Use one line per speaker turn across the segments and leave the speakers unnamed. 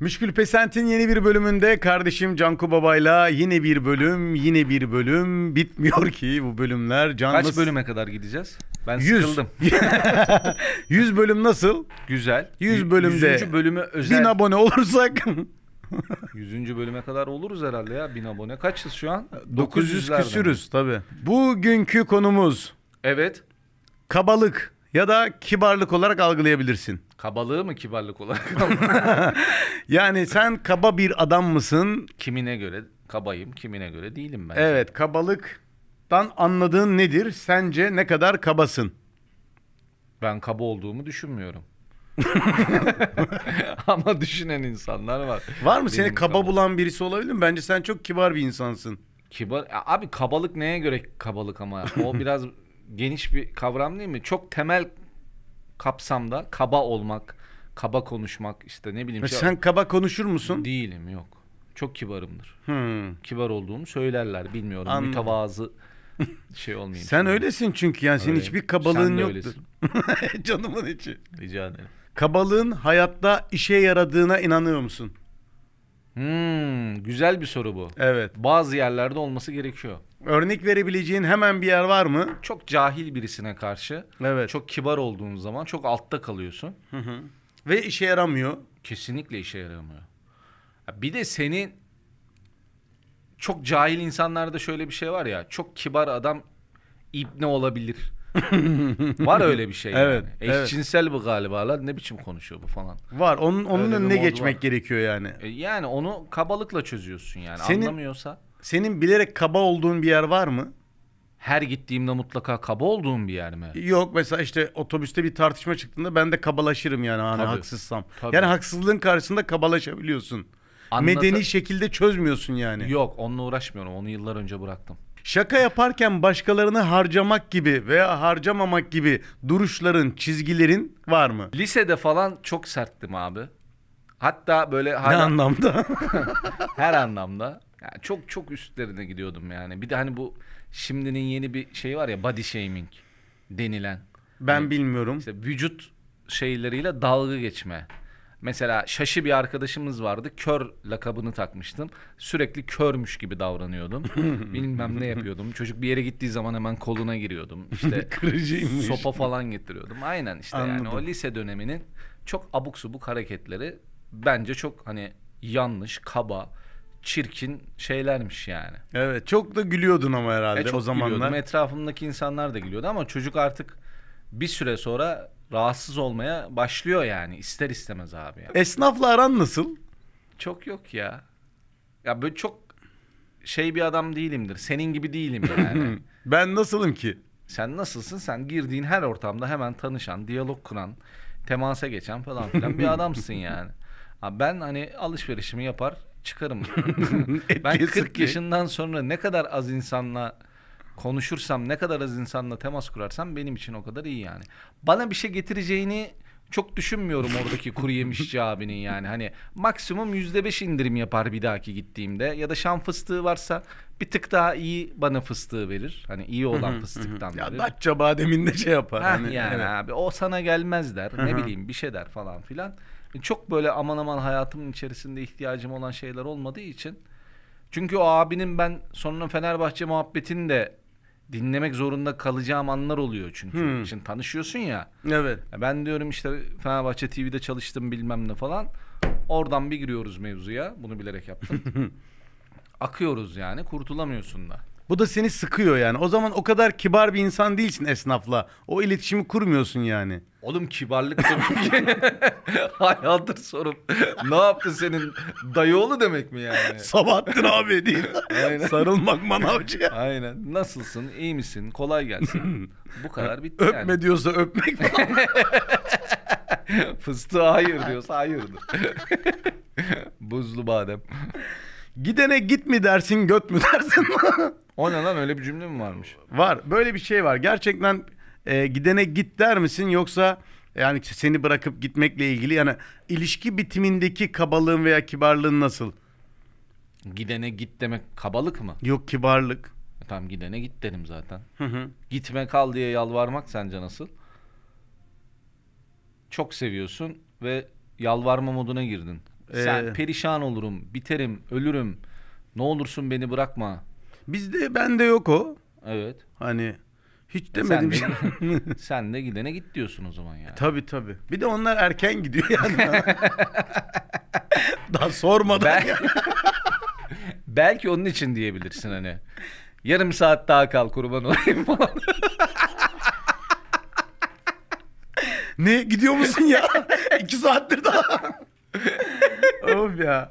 Müşkül Pesent'in yeni bir bölümünde kardeşim Canku Baba'yla yine bir bölüm, yine bir bölüm bitmiyor ki bu bölümler. Can
Kaç
nasıl-
bölüme kadar gideceğiz? Ben
100.
sıkıldım.
100 bölüm nasıl?
Güzel.
100 bölümde
100. bölümü
1000
özel.
abone olursak
100. bölüme kadar oluruz herhalde ya 1000 abone. Kaçız şu an?
900
900'lerde mi?
küsürüz tabi. Bugünkü konumuz
Evet.
kabalık ya da kibarlık olarak algılayabilirsin.
Kabalığı mı kibarlık olarak?
Yani sen kaba bir adam mısın?
kimine göre kabayım, kimine göre değilim ben.
Evet kabalıktan anladığın nedir? Sence ne kadar kabasın?
Ben kaba olduğumu düşünmüyorum. Ama düşünen insanlar var.
Var mı seni
Benim
kaba,
kaba.
bulan birisi olabilir mi? Bence sen çok kibar bir insansın.
Kibar Ya abi kabalık neye göre kabalık ama o biraz geniş bir kavram değil mi? Çok temel kapsamda kaba olmak, kaba konuşmak işte ne bileyim şey-
E Sen kaba konuşur musun?
değilim yok. Çok kibarımdır.
Hmm.
Kibar olduğumu söylerler bilmiyorum.
Anladım.
Mütevazı şey olmayayım.
Sen
şimdi.
öylesin çünkü yani senin
Öyleyim.
hiçbir
Sen
kabalığın
de
yoktur.
öylesin.
Canımın içi.
Rica ederim.
Kabalığın hayatta işe yaradığına inanıyor musun?
Hmm, güzel bir soru bu.
Evet.
Bazı yerlerde olması gerekiyor.
Örnek verebileceğin hemen bir yer var mı?
Çok cahil birisine karşı
Evet.
çok kibar olduğun zaman çok altta kalıyorsun.
Ve işe yaramıyor.
Kesinlikle işe yaramıyor. Ya Bir de senin çok cahil insanlarda şöyle bir şey var ya. Çok kibar adam ibne olabilir. var öyle bir şey.
Evet,
yani.
evet.
Eşcinsel bu galiba lan ne biçim konuşuyor bu falan.
Var. Onun onun
Öyle bir
önüne
modu
geçmek
var.
gerekiyor yani.
E Yani onu kabalıkla çözüyorsun yani.
Senin-
Anlamıyorsa
Senin bilerek kaba olduğun bir yer var mı?
her gittiğimde mutlaka kaba olduğum bir yer mi?
Yok mesela işte otobüste bir tartışma çıktığında ben de kabalaşırım yani hani
Tabii.
haksızsam.
Tabii.
Yani haksızlığın karşısında kabalaşabiliyorsun.
Anlata-
Medeni şekilde çözmüyorsun yani.
Yok onunla uğraşmıyorum. Onu yıllar önce bıraktım.
Şaka yaparken başkalarını harcamak gibi veya harcamamak gibi duruşların, çizgilerin var mı?
Lisede falan çok serttim abi. Hatta böyle
Ne
hala
anlamda?
her anlamda. Yani çok çok üstlerine gidiyordum yani. Bir de hani bu şimdinin yeni bir şey var ya body shaming denilen.
ben bilmiyorum.
İşte vücut şeyleriyle dalga geçme. Mesela şaşı bir arkadaşımız vardı. Kör lakabını takmıştım. Sürekli körmüş gibi davranıyordum. Bilmem ne yapıyordum. Çocuk bir yere gittiği zaman hemen koluna giriyordum. İşte
Kırıcıymış.
sopa falan getiriyordum. Aynen işte yani o
Anladım.
lise döneminin çok abuk subuk hareketleri bence çok hani yanlış, kaba, çirkin şeylermiş yani.
Evet çok da gülüyordun ama herhalde
E, çok
o zamanlar.
gülüyordum. Etrafımdaki insanlar da gülüyordu ama çocuk artık bir süre sonra rahatsız olmaya başlıyor yani ister istemez abi. ya.
Esnafla aran nasıl?
Çok yok ya. Ya böyle çok şey bir adam değilimdir. Senin gibi değilim yani.
Ben nasılım ki?
Sen nasılsın? Sen girdiğin her ortamda hemen tanışan, diyalog kuran, temasa geçen falan filan bir adamsın yani. Abi ben hani alışverişimi yapar çıkarım. ben
Etliye
40
sütlüye.
yaşından sonra ne kadar az insanla konuşursam, ne kadar az insanla temas kurarsam benim için o kadar iyi yani. Bana bir şey getireceğini çok düşünmüyorum oradaki kuru yemişçi abinin yani. Hani maksimum %5 indirim yapar bir dahaki gittiğimde. Ya da şan fıstığı varsa bir tık daha iyi bana fıstığı verir. Hani iyi olan fıstıktan
Ya
verir.
Datça bademinde şey yapar.
Heh,
hani,
yani
evet.
abi o sana gelmez der. Ne bileyim bir şey der falan filan. E, Çok böyle aman aman hayatımın içerisinde ihtiyacım olan şeyler olmadığı için. Çünkü o abinin ben sonra Fenerbahçe muhabbetini de dinlemek zorunda kalacağım anlar oluyor çünkü.
Hmm.
Şimdi tanışıyorsun ya.
Evet.
Ya Ben diyorum işte Fenerbahçe TV'de çalıştım bilmem ne falan. Oradan bir giriyoruz mevzuya. Bunu bilerek yaptım. Akıyoruz yani kurtulamıyorsun da.
Bu da seni sıkıyor yani. O zaman o kadar kibar bir insan değilsin esnafla. O iletişimi kurmuyorsun yani.
Oğlum kibarlık demek ki. Hayaldır sorum. ne yaptı senin dayıoğlu demek mi yani?
Sabahattin abi değil.
Aynen.
Sarılmak manavcıya.
Aynen. Nasılsın? İyi misin? Kolay gelsin. Bu kadar bitti
Öpme
yani.
diyorsa öpmek falan.
Fıstığı hayır diyorsa hayırdır. Buzlu badem.
Gidene git mi dersin göt mü dersin?
O ne lan öyle bir cümle mi varmış?
var böyle bir şey var. Gerçekten e, gidene git der misin yoksa yani seni bırakıp gitmekle ilgili yani ilişki bitimindeki kabalığın veya kibarlığın nasıl?
Gidene git demek kabalık mı?
Yok kibarlık.
E Tamam gidene git derim zaten.
Hı hı.
Gitme kal diye yalvarmak sence nasıl? Çok seviyorsun ve yalvarma moduna girdin. Sen
Ee,
perişan olurum, biterim, ölürüm. Ne olursun beni bırakma.
Bizde bende yok o.
Evet.
Hani hiç
E
demedim.
sen,
şey.
de, sen de gidene git diyorsun o zaman yani.
Tabii tabii. Bir de onlar erken gidiyor yani. Daha sormadan.
Bel- Belki onun için diyebilirsin hani. Yarım saat daha kal kurban olayım falan.
Ne gidiyor musun ya? İki saattir daha. of ya.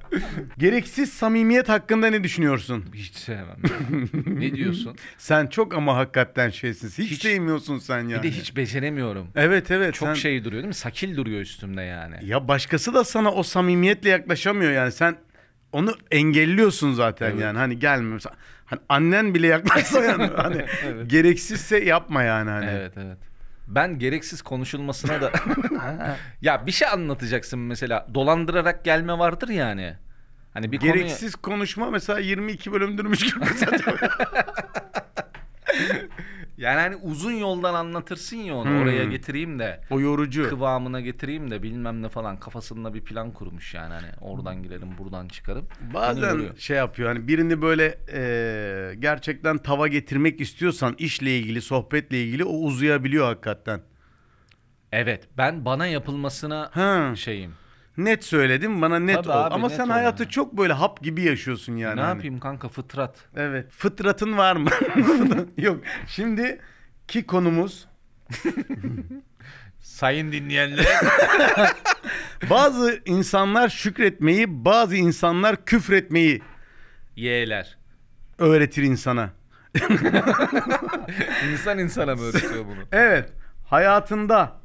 Gereksiz samimiyet hakkında ne düşünüyorsun?
Hiç sevmem. yani. ne diyorsun?
Sen çok ama hakikaten şeysin. Hiç,
Hiç-
sevmiyorsun sen yani.
Bir de hiç beceremiyorum.
Evet evet.
Çok
sen-
şey duruyor değil mi? Sakil duruyor üstümde yani.
Ya başkası da sana o samimiyetle yaklaşamıyor yani sen onu engelliyorsun zaten
Evet.
yani hani gelmiyor. Sa- Hani annen bile yaklaşsa yani hani
Evet.
gereksizse yapma yani hani.
Evet evet. Ben gereksiz konuşulmasına da... ya bir şey anlatacaksın mesela. Dolandırarak gelme vardır yani. Hani bir konuyu-
Gereksiz konuşma mesela 22 bölümdürmüş gibi zaten.
Yani hani uzun yoldan anlatırsın ya onu.
Hmm.
Oraya getireyim de.
o yorucu.
kıvamına getireyim de bilmem ne falan kafasında bir plan kurmuş yani hani oradan girelim buradan çıkarım. Beni
Bazen
yoruyor.
şey yapıyor hani birini böyle e, gerçekten tava getirmek istiyorsan işle ilgili, sohbetle ilgili o uzayabiliyor hakikaten.
Evet ben bana yapılmasına
Ha.
şeyim.
Net söyledim bana net
Tabii
ol.
abi,
Ama
net
sen
ol
hayatı
yani.
çok böyle hap gibi yaşıyorsun yani.
ne
hani.
yapayım kanka fıtrat.
Evet. Fıtratın var mı? Yok. Şimdi ki konumuz
Sayın dinleyenler.
bazı insanlar şükretmeyi, bazı insanlar küfretmeyi
Y'ler.
öğretir insana.
İnsan insana mı öğretiyor bunu?
Evet. Hayatında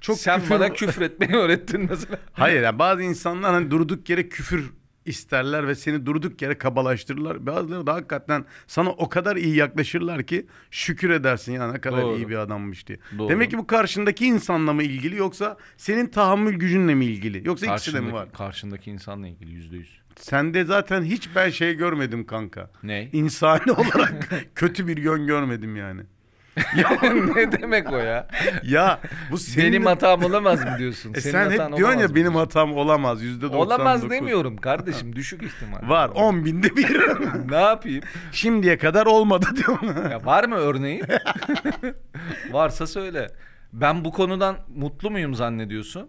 çok
Sen
küfür...
bana küfretmeyi öğrettin mesela.
Hayır yani bazı insanlar hani durduk yere küfür isterler ve seni durduk yere kabalaştırırlar. Bazıları da hakikaten sana o kadar iyi yaklaşırlar ki şükür edersin yani ne kadar
Doğru.
iyi bir adammış diye.
Doğru.
Demek ki bu karşındaki insanla mı ilgili yoksa senin tahammül gücünle mi ilgili? Yoksa ikisi de mi var?
karşındaki insanla ilgili yüzde yüz.
Sende zaten hiç ben şey görmedim kanka.
Ne?
İnsani olarak kötü bir yön görmedim yani.
ya ne demek o ya?
Ya bu senin
Benim hatam olamaz mı diyorsun?
E
Senin
sen
hatan
hep diyorsun
olamaz
ya
mı?
benim hatam olamaz yüzde
Olamaz demiyorum kardeşim düşük ihtimal.
Var 10 binde bir.
ne yapayım?
Şimdiye kadar olmadı diyorum.
Ya var mı örneği? Varsa söyle. Ben bu konudan mutlu muyum zannediyorsun?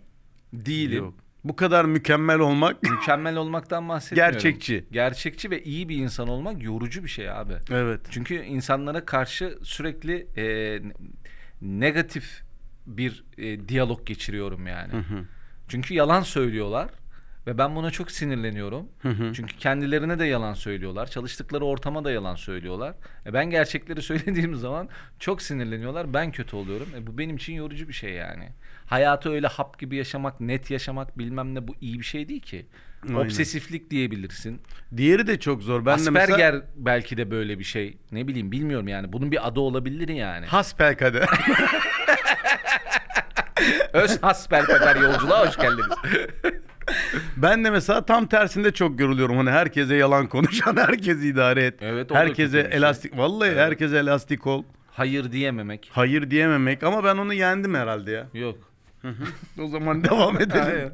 Değilim.
Yok. Bu kadar mükemmel olmak.
Mükemmel olmaktan bahsetmiyorum.
Gerçekçi.
Gerçekçi ve iyi bir insan olmak yorucu bir şey abi.
evet.
Çünkü insanlara karşı sürekli e, ne- negatif bir e, diyalog geçiriyorum yani. Çünkü yalan söylüyorlar ve ben buna çok sinirleniyorum. Çünkü kendilerine de yalan söylüyorlar, çalıştıkları ortama da yalan söylüyorlar. E ben gerçekleri söylediğim zaman çok sinirleniyorlar, ben kötü oluyorum. E bu benim için yorucu bir şey yani. Hayatı öyle hap gibi yaşamak, net yaşamak bilmem ne bu iyi bir şey değil ki.
Aynen.
Obsesiflik diyebilirsin.
Diğeri de çok zor. Ben de
Asperger
mesela
belki de böyle bir şey. Ne bileyim bilmiyorum yani. Bunun bir adı olabilir yani.
Hasperkader.
Öz Asperger yolculuğa hoş geldiniz.
ben de mesela tam tersinde çok yoruluyorum. Hani herkese yalan konuşan, herkesi idare et.
Evet, o da
herkese
kötü bir şey.
elastik. Vallahi herkese elastik ol.
Hayır diyememek.
Hayır diyememek ama ben onu yendim herhalde ya.
Yok.
O zaman devam edelim.
Hayır.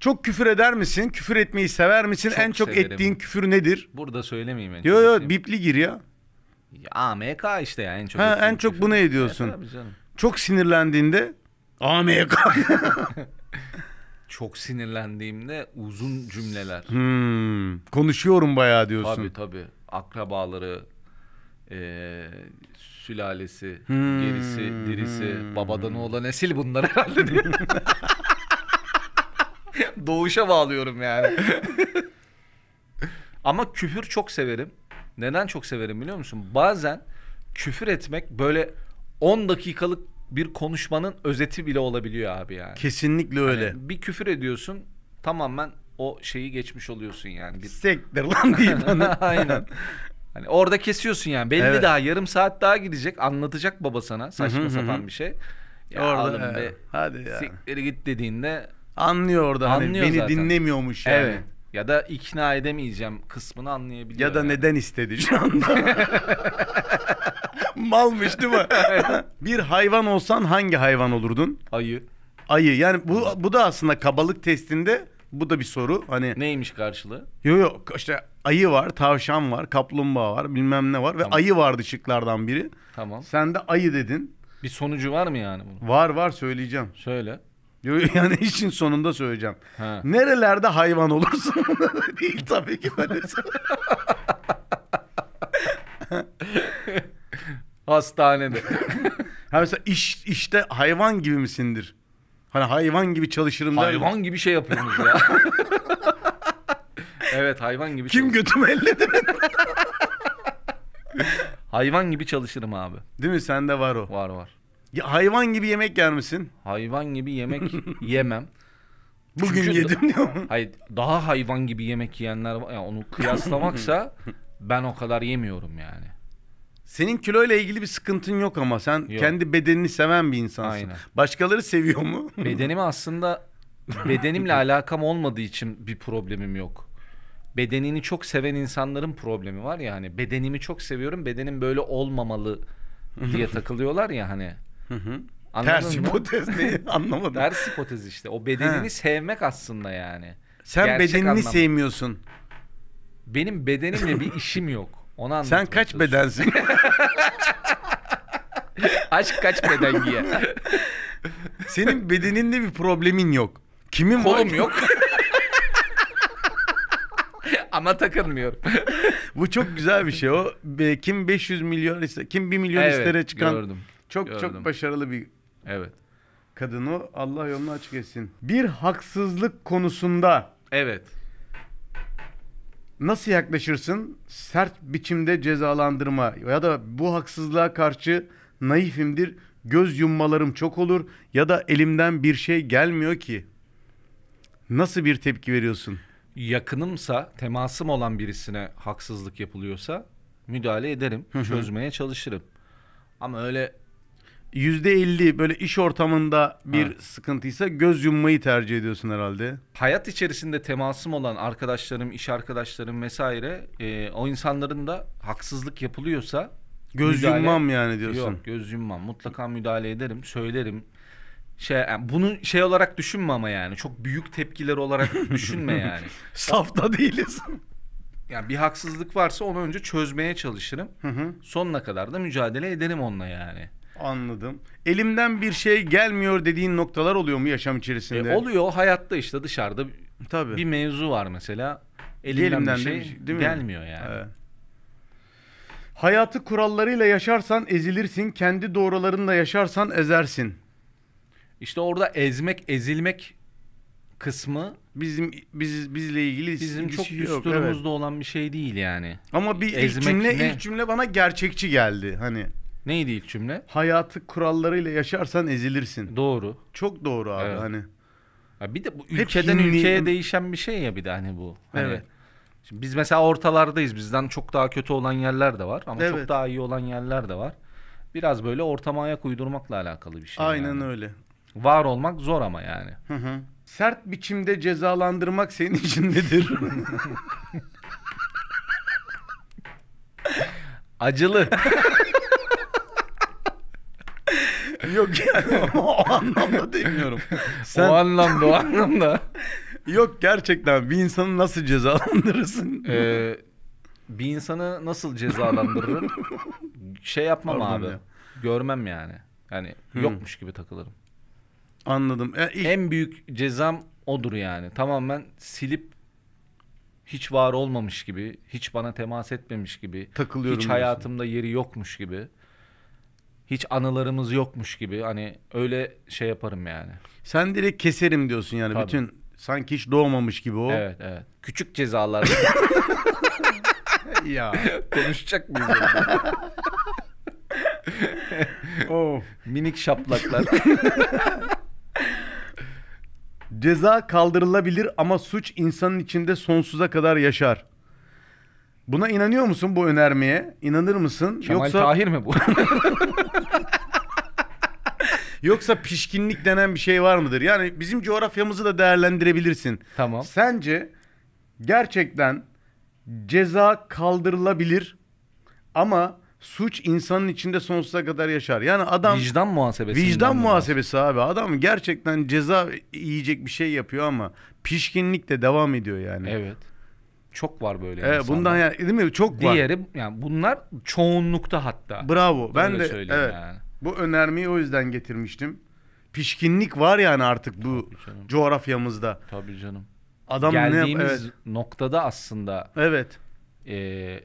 çok küfür eder misin? Küfür etmeyi sever misin?
Çok
en çok
severim.
ettiğin küfür nedir?
Burada söylemeyeyim en
Yo
çok
yo
ettiğim.
bipli gir ya.
Ya, AMK işte ya en çok.
Ha,
ettiğim
en çok
küfür.
bunu
E,
ediyorsun.
tabii canım.
Çok sinirlendiğinde AMK.
Çok sinirlendiğimde uzun cümleler.
Hmm, konuşuyorum bayağı diyorsun.
Tabii tabii. Akrabaları, e, sülalesi,
Hmm,
gerisi, dirisi,
hmm.
babadan oğla nesil bunlar herhalde diye. Doğuşa bağlıyorum yani. Ama küfür çok severim. Neden çok severim biliyor musun? Bazen küfür etmek böyle 10 dakikalık bir konuşmanın özeti bile olabiliyor abi yani.
Kesinlikle öyle.
Yani bir küfür ediyorsun tamamen o şeyi geçmiş oluyorsun yani. Bir
Sektir lan deyip bana.
Aynen. Hani orada kesiyorsun yani. Belli
Evet.
daha yarım saat daha gidecek. Anlatacak baba sana saçma
Hı hı hı.
sapan bir şey. Ya
Orada,
oğlum
he,
be,
hadi ya.
siktir git dediğinde
Anlıyor orada hani
Anlıyor
beni
zaten.
dinlemiyormuş yani.
evet. Ya da ikna edemeyeceğim kısmını anlayabiliyor.
Ya da
yani.
neden istedi şu anda? Malmış değil mi? bir hayvan olsan hangi hayvan olurdun?
Ayı.
Ayı. Yani bu bu da aslında kabalık testinde Bu da bir soru. Hani
Neymiş karşılığı?
Yok yok işte ayı var, tavşan var, kaplumbağa var, bilmem ne var ve
Tamam.
ayı vardı şıklardan biri.
Tamam.
Sen de ayı dedin.
Bir sonucu var mı yani bunun?
Var var söyleyeceğim.
Söyle.
Yo, yo, Yani işin sonunda söyleyeceğim.
Ha.
Nerelerde hayvan olursun? Değil tabii ki böyle.
Hastanede.
ha mesela iş, işte hayvan gibi misindir? Hani hayvan gibi çalışırım der. ya.
hayvan gibi şey yapıyorsunuz ya. evet hayvan gibi
Kim
çalış-
götümü elledi?
Hayvan gibi çalışırım abi.
Değil mi? Sende var o.
Var var.
Ya, hayvan gibi yemek yer misin?
Hayvan gibi yemek yemem.
Bugün
Çünkü-
yedim diyor mu?
Hayır daha hayvan gibi yemek yiyenler var. ya onu kıyaslamaksa ben o kadar yemiyorum yani.
Senin kiloyla ilgili bir sıkıntın yok ama sen
Yok.
kendi bedenini seven bir insansın.
Aynen.
Başkaları seviyor mu?
Bedenimi aslında bedenimle alakam olmadığı için bir problemim yok. Bedenini çok seven insanların problemi var ya hani bedenimi çok seviyorum bedenim böyle olmamalı diye takılıyorlar ya hani.
Hı hı.
Anladın
Ters
mı?
hipotez ne? Anlamadım.
Ters hipotez işte. O bedenini sevmek aslında yani.
Sen
Gerçek
bedenini
anlamda.
sevmiyorsun.
Benim bedenimle bir işim yok. Onu
Sen
anlatmaya
kaç
çalışıyorum.
bedensin?
Aşk kaç beden giyer?
Senin bedeninde bir problemin yok. Kimin var?
Kolum
ki?
yok. Ama takılmıyorum.
Bu çok güzel bir şey. O e, kim 500 milyon ise kim 1 milyon
Evet,
istere çıkan
gördüm,
çok
gördüm.
çok başarılı bir
Evet.
kadın o. Allah yolunu açık etsin. Bir haksızlık konusunda
Evet.
nasıl yaklaşırsın? Sert biçimde cezalandırma ya da bu haksızlığa karşı naifimdir. Göz yummalarım çok olur ya da elimden bir şey gelmiyor ki. Nasıl bir tepki veriyorsun?
Yakınımsa, temasım olan birisine haksızlık yapılıyorsa müdahale ederim. Çözmeye çalışırım. Ama öyle
%50 böyle iş ortamında bir
Ha.
sıkıntıysa göz yummayı tercih ediyorsun herhalde.
hayat içerisinde temasım olan arkadaşlarım, iş arkadaşlarım vesaire e, o insanların da haksızlık yapılıyorsa
Göz
müdahale-
yummam yani diyorsun.
Yok göz yummam. Mutlaka müdahale ederim, söylerim. Şey yani bunu şey olarak düşünme ama yani çok büyük tepkiler olarak düşünme yani.
Safta değiliz.
Yani bir haksızlık varsa onu önce çözmeye çalışırım.
Hı hı,
Sonuna kadar da mücadele ederim onunla yani.
Anladım. Elimden bir şey gelmiyor dediğin noktalar oluyor mu yaşam
E,
içerisinde?
oluyor hayatta işte dışarıda
Tabii.
bir mevzu var mesela. Elimden,
Elimden
bir
de
şey,
bir şey- değil mi?
gelmiyor yani.
Evet. Hayatı kurallarıyla yaşarsan ezilirsin, kendi doğrularınla yaşarsan ezersin.
İşte orada ezmek, ezilmek kısmı
Bizim biz bizle ilgili
bizim
ilgisi
çok
şey yok,
üst
evet.
durumumuzda olan bir şey değil yani.
Ama bir ilk
Ezmek
cümle
ne?
ilk cümle bana gerçekçi geldi. Hani
Neydi ilk cümle?
hayatı kurallarıyla yaşarsan ezilirsin.
Doğru.
Çok doğru abi
Evet.
hani.
Ya bir de bu
Hep
ülkeden
Hindi-
ülkeye değişen bir şey ya bir de hani bu. Hani
Evet.
Şimdi biz mesela ortalardayız. Bizden çok daha kötü olan yerler de var ama
Evet.
çok daha iyi olan yerler de var. Biraz böyle ortama ayak uydurmakla alakalı bir şey.
Aynen
yani.
öyle.
Var olmak zor ama yani.
Hı hı. Sert biçimde cezalandırmak senin için nedir?
Acılı.
Yok yani ama o anlamda demiyorum. Sen
O anlamda o anlamda.
yok gerçekten bir insanı nasıl cezalandırırsın?
Ee, bir insanı nasıl cezalandırırım? şey yapmam
Pardon
abi.
ya. Hmm.
Görmem yani. Yani yokmuş gibi takılırım.
Anladım. E, ilk-
en büyük cezam odur yani. Tamamen silip hiç var olmamış gibi, hiç bana temas etmemiş gibi,
Takılıyorum
hiç
diyorsun.
hayatımda yeri yokmuş gibi, hiç anılarımız yokmuş gibi hani öyle şey yaparım yani.
Sen direkt keserim diyorsun yani
Tabii.
bütün sanki hiç doğmamış gibi o.
Evet, evet. Küçük cezalar.
ya.
Konuşacak mıyız?
of.
Minik şaplaklar.
Ceza kaldırılabilir ama suç insanın içinde sonsuza kadar yaşar. Buna inanıyor musun bu önermeye? İnanır mısın?
Kemal
yoksa
Tahir mi bu?
yoksa pişkinlik denen bir şey var mıdır? Yani bizim coğrafyamızı da değerlendirebilirsin.
tamam.
Sence gerçekten ceza kaldırılabilir ama suç insanın içinde sonsuza kadar yaşar. Yani adam
vicdan muhasebesi.
vicdan muhasebesi abi. Adam gerçekten ceza yiyecek bir şey yapıyor ama pişkinlik de devam ediyor yani.
Evet. Çok var böyle.
Evet,
insanlar.
bundan yani değil mi? Çok var.
Diğeri yani bunlar çoğunlukta hatta.
Bravo. Ben
Öyle
de
söyleyeyim
evet.
yani.
Bu önermeyi o yüzden getirmiştim. Pişkinlik var yani artık bu
Tabii canım.
coğrafyamızda.
Tabii canım.
Adam
Geldiğimiz
ne evet.
noktada aslında
Evet.
e,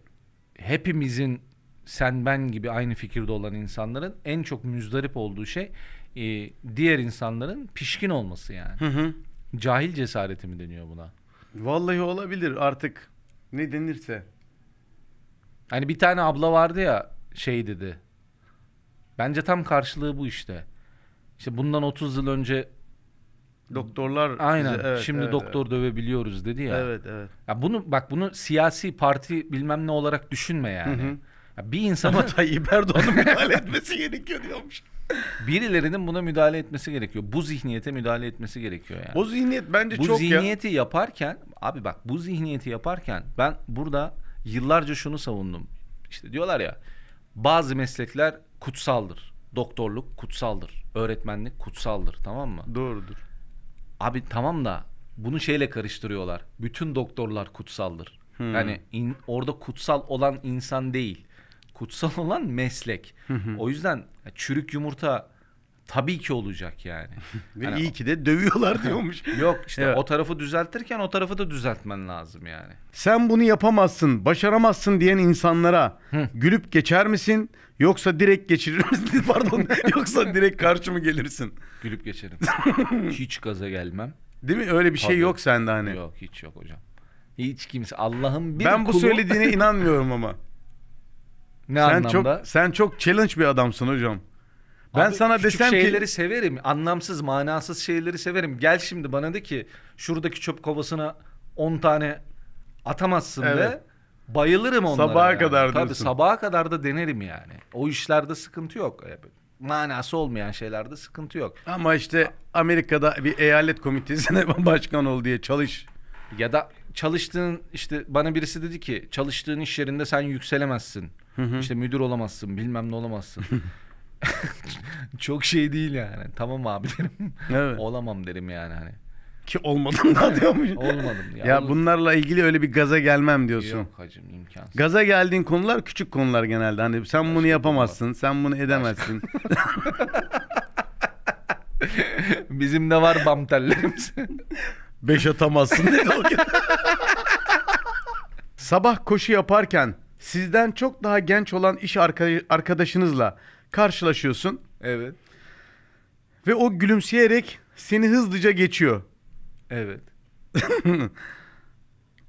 hepimizin sen ben gibi aynı fikirde olan insanların en çok müzdarip olduğu şey e, diğer insanların pişkin olması yani.
Hı hı.
Cahil cesareti mi deniyor buna?
Vallahi olabilir artık. Ne denirse.
Hani bir tane abla vardı ya şey dedi. Bence tam karşılığı bu işte. İşte bundan 30 yıl önce
Doktorlar bize-
aynen
evet,
şimdi
evet,
doktor dövebiliyoruz dedi ya.
Evet evet. evet.
Ya bunu bak bunu siyasi parti bilmem ne olarak düşünme yani.
Hı hı.
Ya bir insanın
Ama Tayyip Erdoğan'ın müdahale etmesi gerekiyor diyormuş.
birilerinin buna müdahale etmesi gerekiyor. Bu zihniyete müdahale etmesi gerekiyor yani.
O zihniyet bence
bu
çok ya.
zihniyeti yaparken abi bak bu zihniyeti yaparken ben burada yıllarca şunu savundum. İşte diyorlar ya bazı meslekler kutsaldır. Doktorluk kutsaldır. Öğretmenlik kutsaldır tamam mı?
Doğrudur.
Abi tamam da bunu şeyle karıştırıyorlar. Bütün doktorlar kutsaldır.
Hmm.
Yani in- orada kutsal olan insan değil. Kutsal olan meslek. O yüzden çürük yumurta tabii ki olacak yani.
Ve
Hani-
iyi ki de dövüyorlar diyormuş.
Yok işte
Evet.
o tarafı düzeltirken o tarafı da düzeltmen lazım yani.
Sen bunu yapamazsın, başaramazsın diyen insanlara gülüp geçer misin? Yoksa direkt geçirir misin? Pardon. yoksa direkt karşı mı gelirsin?
Gülüp geçerim. hiç gaza gelmem.
Değil mi? Öyle bir şey
Tabii.
yok sende hani.
Yok hiç yok hocam. Hiç kimse Allah'ın bir
ben bu
kulu-
söylediğine inanmıyorum ama.
ne
sen
anlamda?
çok sen çok challenge bir adamsın hocam. Ben
Abi
sana
küçük
desem
şeyleri
ki
severim. Anlamsız, manasız şeyleri severim. Gel şimdi bana de ki şuradaki çöp kovasına 10 tane atamazsın
Evet.
de. Bayılırım onlara.
Sabaha
yani.
kadar
Tabii
diyorsun.
sabaha kadar da denerim yani. O işlerde sıkıntı yok. E, Manası olmayan şeylerde sıkıntı yok.
ama işte Amerika'da bir eyalet komitesine başkan ol diye çalış.
Ya da çalıştığın işte bana birisi dedi ki çalıştığın iş yerinde sen yükselemezsin. İşte müdür olamazsın, bilmem ne olamazsın. Çok şey değil yani. Tamam abi derim.
Evet.
Olamam derim yani hani.
Ki olmadım da diyormuş.
Olmadım ya.
Ya,
olur.
bunlarla ilgili öyle bir gaza gelmem diyorsun.
Yok hacım imkansız.
Gaza geldiğin konular küçük konular genelde. Hani sen bunu yapamazsın, sen bunu edemezsin.
Bizim de var bam tellerimiz.
Beş atamazsın dedi o gün. Sabah koşu yaparken sizden çok daha genç olan iş arka- arkadaşınızla karşılaşıyorsun
evet.
ve o gülümseyerek seni hızlıca geçiyor.
Evet.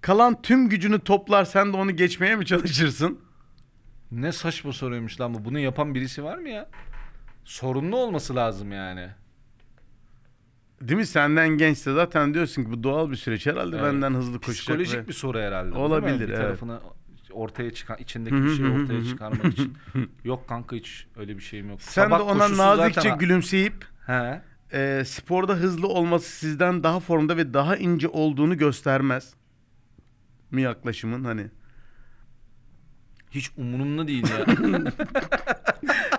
Kalan tüm gücünü toplar sen de onu geçmeye mi çalışırsın?
Ne saçma soruymuş lan bu. Bunu yapan birisi var mı ya? Sorunlu olması lazım yani.
Değil mi? Senden gençse zaten diyorsun ki bu doğal bir süreç herhalde
Evet.
benden hızlı koşacak.
Psikolojik
ve-
bir soru herhalde. bu, değil mi?
Olabilir,
Bir
evet.
tarafını ortaya çıkan içindeki
Hı hı
bir şeyi
hı hı
ortaya
hı.
çıkarmak için. Yok kanka hiç öyle bir şeyim yok.
Sen
Sabah
de ona
koşusu zaten
nazikçe
ha-
gülümseyip
He.
e, sporda hızlı olması sizden daha formda ve daha ince olduğunu göstermez mi yaklaşımın hani?
Hiç umurumda değil ya.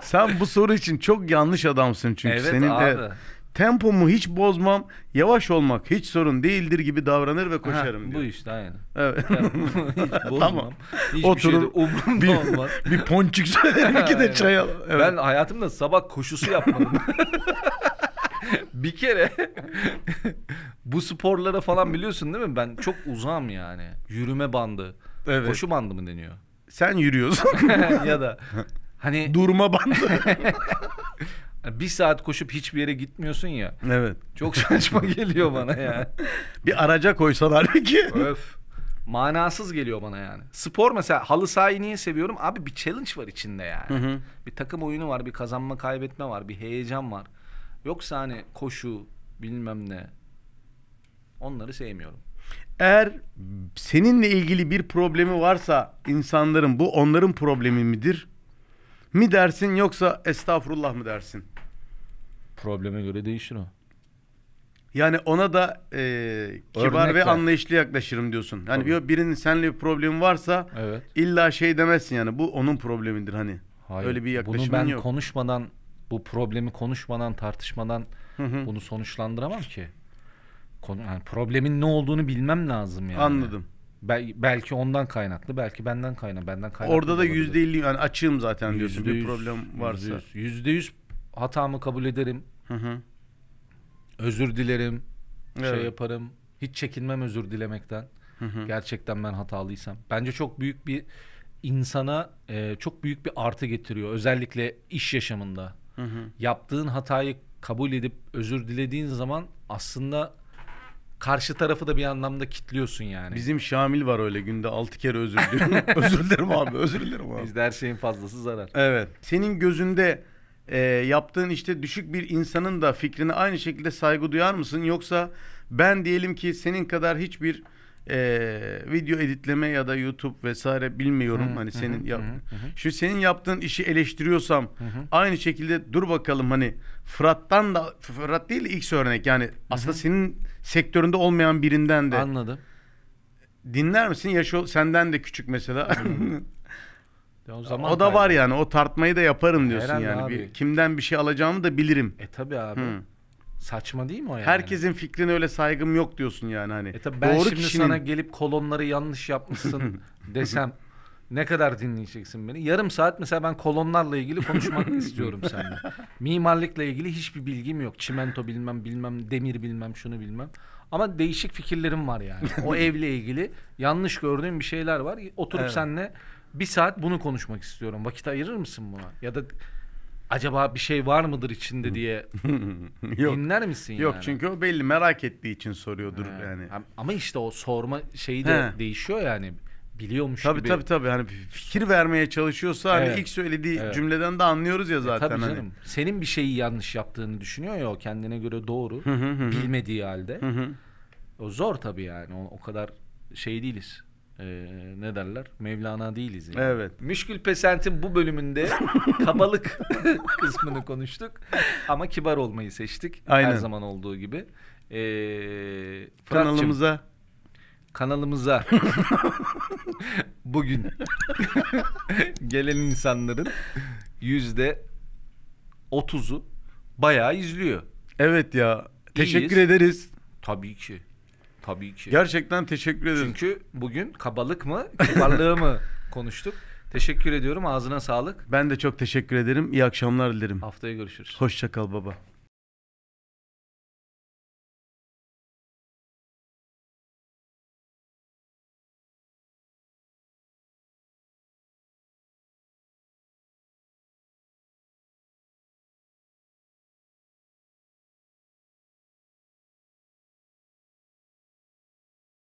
Sen bu soru için çok yanlış adamsın çünkü
evet
senin
abi.
evet, tempomu hiç bozmam, yavaş olmak hiç sorun değildir gibi davranır ve koşarım
Ha,
diyor.
Bu işte aynen.
Evet.
hiç bozmam.
Tamam.
Hiçbir şey de
Oturun.
umurumda olmaz.
bir, bir ponçik söylerim iki de
Aynen.
çay al. Evet.
Ben hayatımda sabah koşusu yapmadım. bir kere bu sporlara falan biliyorsun değil mi? Ben çok uzağım yani. Yürüme bandı.
Evet.
Koşu bandı mı deniyor?
Sen yürüyorsun.
ya da hani
Durma bandı.
bir saat koşup hiçbir yere gitmiyorsun ya.
evet.
Çok saçma geliyor bana ya.
Bir araca koysan halbuki.
Öf. Manasız geliyor bana yani. Spor mesela halı sahayı niye seviyorum? Abi bir challenge var içinde yani. Bir takım oyunu var, bir kazanma kaybetme var, bir heyecan var. Yoksa hani koşu bilmem ne. Onları sevmiyorum.
Eğer seninle ilgili bir problemi varsa insanların bu onların problemi midir? Mi dersin yoksa estağfurullah mı dersin?
Probleme göre değişir o.
Yani ona da e, kibar
Örnek
ve
ver.
anlayışlı yaklaşırım diyorsun. Hani
Tabii.
bir- birinin seninle bir problemi varsa
Evet.
illa şey demezsin yani bu onun problemidir hani.
Hayır.
Öyle bir
Bunu
yaklaşımın
ben
yok.
konuşmadan bu problemi konuşmadan tartışmadan
Hı hı.
bunu sonuçlandıramam ki. Konu, yani problemin ne olduğunu bilmem lazım yani.
Anladım.
Bel- belki ondan kaynaklı, belki benden kaynaklı, benden kaynaklı.
Orada da
olabilir.
yüzde elli yani açığım zaten diyorsun
Yüzde
bir
yüz,
problem varsa.
yüzde yüz. Yüzde yüz hatamı kabul ederim.
Hı hı.
Özür dilerim. Şey
Evet.
yaparım. Hiç çekinmem özür dilemekten.
Hı hı.
Gerçekten ben hatalıysam. Bence çok büyük bir insana e, çok büyük bir artı getiriyor. Özellikle iş yaşamında.
Hı hı.
Yaptığın hatayı kabul edip özür dilediğin zaman aslında karşı tarafı da bir anlamda kitliyorsun yani.
Bizim Şamil var öyle günde altı kere özür dilerim. özür dilerim abi özür dilerim abi.
Bizde her şeyin fazlası zarar.
Evet. Senin gözünde e, yaptığın işte düşük bir insanın da fikrine aynı şekilde saygı duyar mısın? Yoksa ben diyelim ki senin kadar hiçbir e, video editleme ya da YouTube vesaire bilmiyorum.
Hı,
hani
hı,
senin
hı,
yap-
hı, hı.
şu senin yaptığın işi eleştiriyorsam aynı şekilde dur bakalım hani Fırat'tan da Fırat değil de ilk örnek yani aslında senin sektöründe olmayan birinden de
Anladım.
dinler misin? Yaşı ol- senden de küçük mesela.
Ya O, zaman
o da var
kaybı.
yani o tartmayı da yaparım diyorsun
Herhalde
yani. Bir-
abi.
kimden bir şey alacağımı da bilirim.
E tabi abi.
Hı.
Saçma değil mi o yani?
Herkesin fikrine öyle saygım yok diyorsun yani hani.
E tabi ben
Doğru
şimdi
kişinin
sana gelip kolonları yanlış yapmışsın desem ne kadar dinleyeceksin beni? Yarım saat mesela ben kolonlarla ilgili konuşmak istiyorum seninle. Mimarlıkla ilgili hiçbir bilgim yok. Çimento bilmem bilmem demir bilmem şunu bilmem. Ama değişik fikirlerim var yani. O evle ilgili yanlış gördüğüm bir şeyler var. Oturup
Evet.
seninle bir saat bunu konuşmak istiyorum. Vakit ayırır mısın buna? Ya da acaba bir şey var mıdır içinde diye
yok.
dinler misin
Yok
yani?
çünkü o belli merak ettiği için soruyordur
Ha,
yani.
am- Ama işte o sorma şeyi de
He.
değişiyor yani. Biliyormuş
Tabii
gibi. E,
tabii tabii hani fikir vermeye çalışıyorsa
Evet.
hani ilk söylediği
Evet.
cümleden de anlıyoruz ya
E,
zaten
tabii
hani.
canım. Senin bir şeyi yanlış yaptığını düşünüyor ya o kendine göre doğru.
Hı hı hı hı.
bilmediği halde.
Hı hı.
o zor tabii yani. O, o kadar şey değiliz. Ee, ne derler? Mevlana değiliz yani.
Evet.
Müşkül Pesent'in bu bölümünde kabalık kısmını konuştuk. Ama kibar olmayı seçtik. Her
Aynen.
zaman olduğu gibi. Ee, Fırat'cığım,
Kanalımıza
kanalımıza bugün gelen insanların yüzde otuzu bayağı izliyor.
evet ya teşekkür ederiz.
Tabii ki. Tabii ki.
Gerçekten teşekkür ederiz.
Çünkü bugün kabalık mı, kibarlığı mı konuştuk. Teşekkür ediyorum. Ağzına sağlık.
Ben de çok teşekkür ederim. İyi akşamlar dilerim.
Haftaya görüşürüz.
Hoşça kal baba.